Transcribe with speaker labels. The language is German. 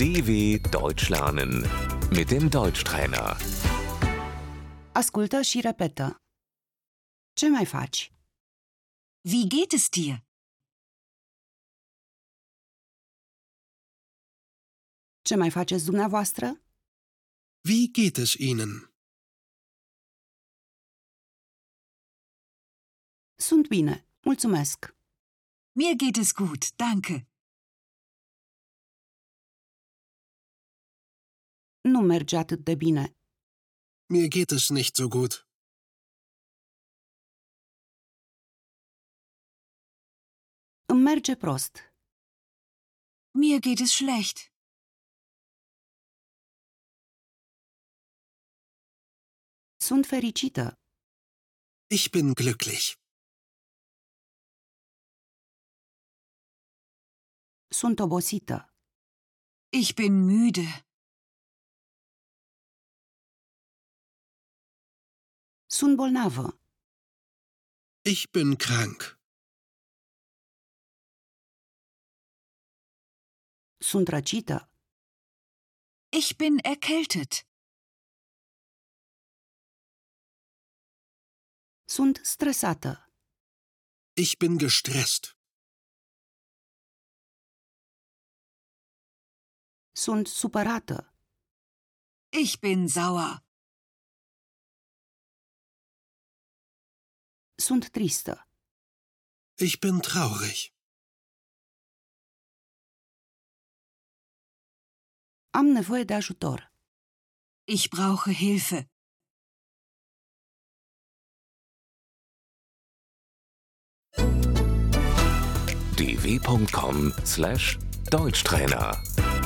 Speaker 1: DW Deutsch lernen mit dem Deutschtrainer.
Speaker 2: Ascultă și repetă. Ce mai faci?
Speaker 3: Wie geht es dir?
Speaker 2: Ce mai faceți dumneavoastră?
Speaker 4: Wie geht es Ihnen?
Speaker 2: Sunt bine, mulțumesc.
Speaker 3: Mir geht es gut, danke.
Speaker 2: Nu merge atât de bine.
Speaker 4: Mir geht es nicht so gut.
Speaker 2: Îmi merge prost.
Speaker 3: Mir geht es schlecht.
Speaker 2: Sunt fericită.
Speaker 4: Ich bin glücklich.
Speaker 2: Sunt obosită.
Speaker 3: Ich bin müde.
Speaker 2: Sunt bolnavă.
Speaker 4: Ich bin krank.
Speaker 2: Sunt răcită.
Speaker 3: Ich bin erkältet.
Speaker 2: Sunt stresată.
Speaker 4: Ich bin gestresst.
Speaker 2: Sunt supărată.
Speaker 3: Ich bin sauer.
Speaker 2: Sunt tristă.
Speaker 4: Ich bin traurig.
Speaker 2: Am nevoie de ajutor.
Speaker 3: Ich brauche Hilfe.
Speaker 1: dw.com/deutschtrainer